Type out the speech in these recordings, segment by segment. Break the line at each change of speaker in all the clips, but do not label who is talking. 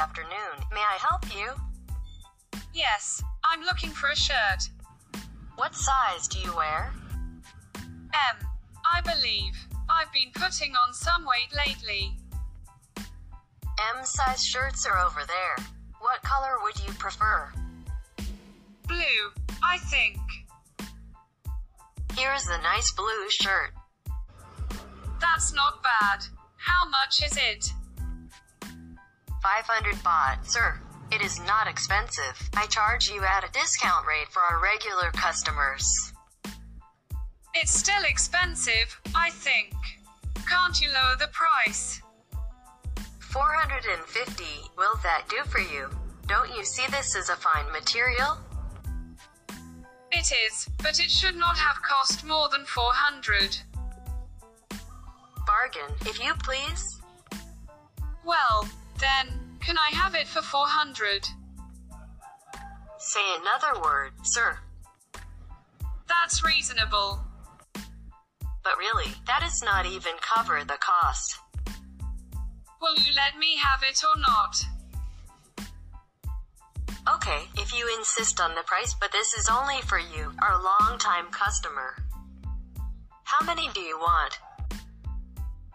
afternoon. May I help you?
Yes, I'm looking for a shirt.
What size do you wear?
M. I believe. I've been putting on some weight lately.
M size shirts are over there. What color would you prefer?
Blue, I think.
Here is the nice blue shirt.
That's not bad. How much is it?
500 baht, sir. It is not expensive. I charge you at a discount rate for our regular customers.
It's still expensive, I think. Can't you lower the price?
450, will that do for you? Don't you see this is a fine material?
It is, but it should not have cost more than 400.
Bargain, if you please.
Well, then, can I have it for 400?
Say another word, sir.
That's reasonable.
But really, that does not even cover the cost.
Will you let me have it or not?
Okay, if you insist on the price, but this is only for you, our longtime customer. How many do you want?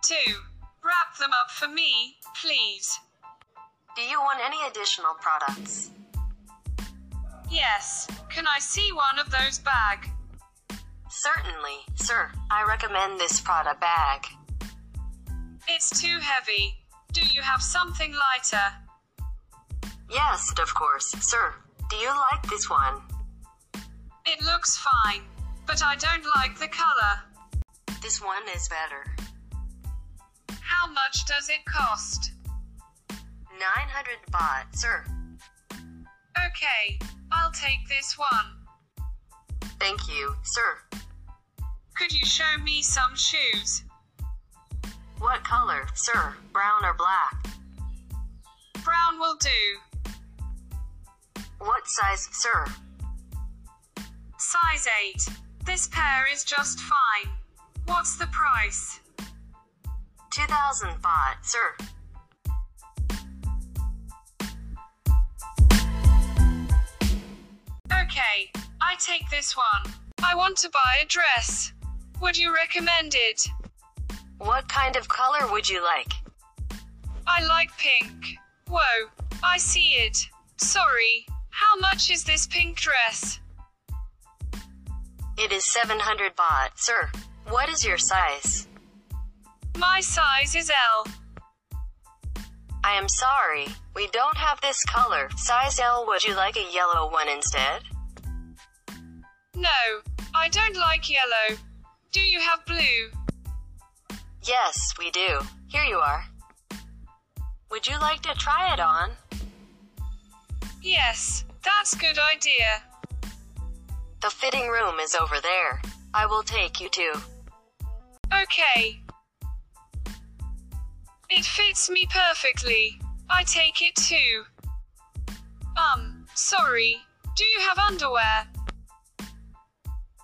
Two. Wrap them up for me, please.
Do you want any additional products?
Yes. Can I see one of those bag?
Certainly, sir. I recommend this Prada bag.
It's too heavy. Do you have something lighter?
Yes, of course, sir. Do you like this one?
It looks fine, but I don't like the color.
This one is better.
How much does it cost?
900 baht, sir.
Okay, I'll take this one.
Thank you, sir.
Could you show me some shoes?
What color, sir? Brown or black?
Brown will do.
What size, sir?
Size 8. This pair is just fine. What's the price?
2000 baht, sir.
Okay, I take this one. I want to buy a dress. Would you recommend it?
What kind of color would you like?
I like pink. Whoa, I see it. Sorry, how much is this pink dress?
It is 700 baht, sir. What is your size?
My size is L.
I am sorry, we don't have this color. Size L, would you like a yellow one instead?
No, I don't like yellow. Do you have blue?
Yes, we do. Here you are. Would you like to try it on?
Yes, that's good idea.
The fitting room is over there. I will take you to.
Okay. It fits me perfectly. I take it too. Um, sorry. Do you have underwear?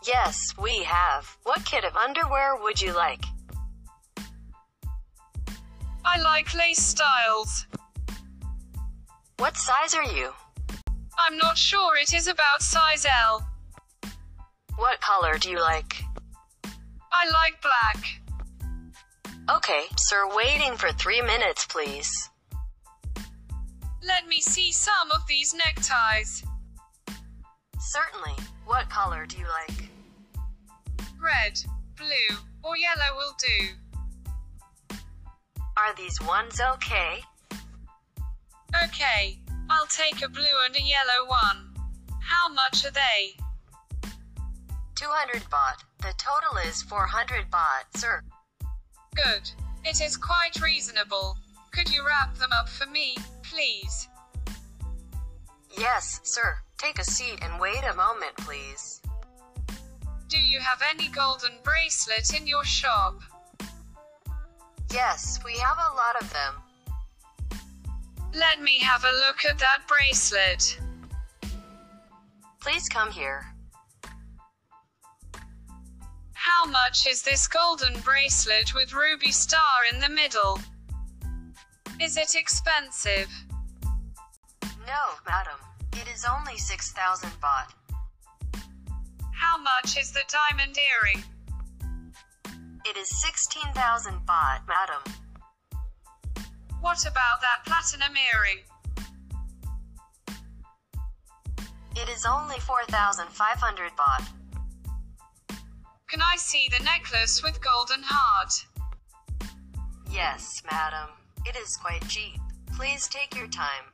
Yes, we have. What kit of underwear would you like?
I like lace styles.
What size are you?
I'm not sure it is about size L.
What color do you like?
I like black.
Okay, sir, waiting for three minutes, please.
Let me see some of these neckties.
Certainly. What color do you like?
Red, blue, or yellow will do.
Are these ones okay?
Okay, I'll take a blue and a yellow one. How much are they?
200 baht. The total is 400 baht, sir.
Good. It is quite reasonable. Could you wrap them up for me, please?
Yes, sir. Take a seat and wait a moment, please.
Do you have any golden bracelet in your shop?
Yes, we have a lot of them.
Let me have a look at that bracelet.
Please come here.
How much is this golden bracelet with ruby star in the middle? Is it expensive?
No, madam. It is only 6,000 baht.
How much is the diamond earring?
It is 16,000 baht, madam.
What about that platinum earring?
It is only 4,500 baht.
Can I see the necklace with golden heart?
Yes, madam. It is quite cheap. Please take your time.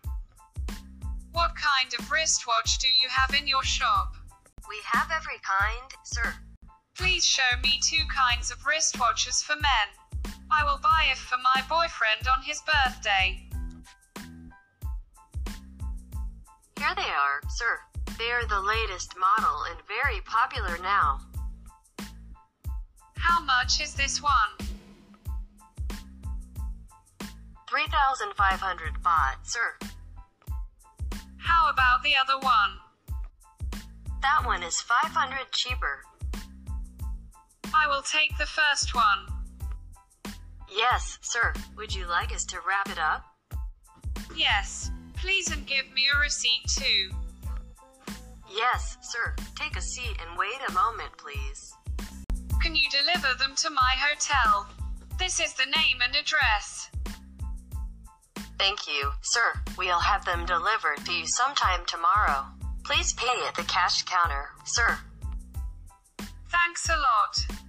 What kind of wristwatch do you have in your shop?
We have every kind, sir.
Please show me two kinds of wristwatches for men. I will buy it for my boyfriend on his birthday.
Here they are, sir. They are the latest model and very popular now.
How much is this one?
3,500 baht, sir.
How about the other one?
That one is 500 cheaper.
I will take the first one.
Yes, sir. Would you like us to wrap it up?
Yes. Please and give me a receipt too.
Yes, sir. Take a seat and wait a moment, please.
Can you deliver them to my hotel? This is the name and address.
Thank you, sir. We'll have them delivered to you sometime tomorrow. Please pay at the cash counter, sir.
Thanks a lot.